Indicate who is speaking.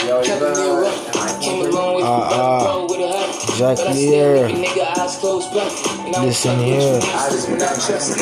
Speaker 1: Coming real rough. Came along with
Speaker 2: Uh, uh,
Speaker 1: uh, with a hundred.
Speaker 2: Jack
Speaker 1: But I
Speaker 2: Lear.
Speaker 1: said, nigga, eyes closed, blunt. And I was
Speaker 2: Listen
Speaker 1: fucking
Speaker 2: here.
Speaker 1: with you, I was not trusting.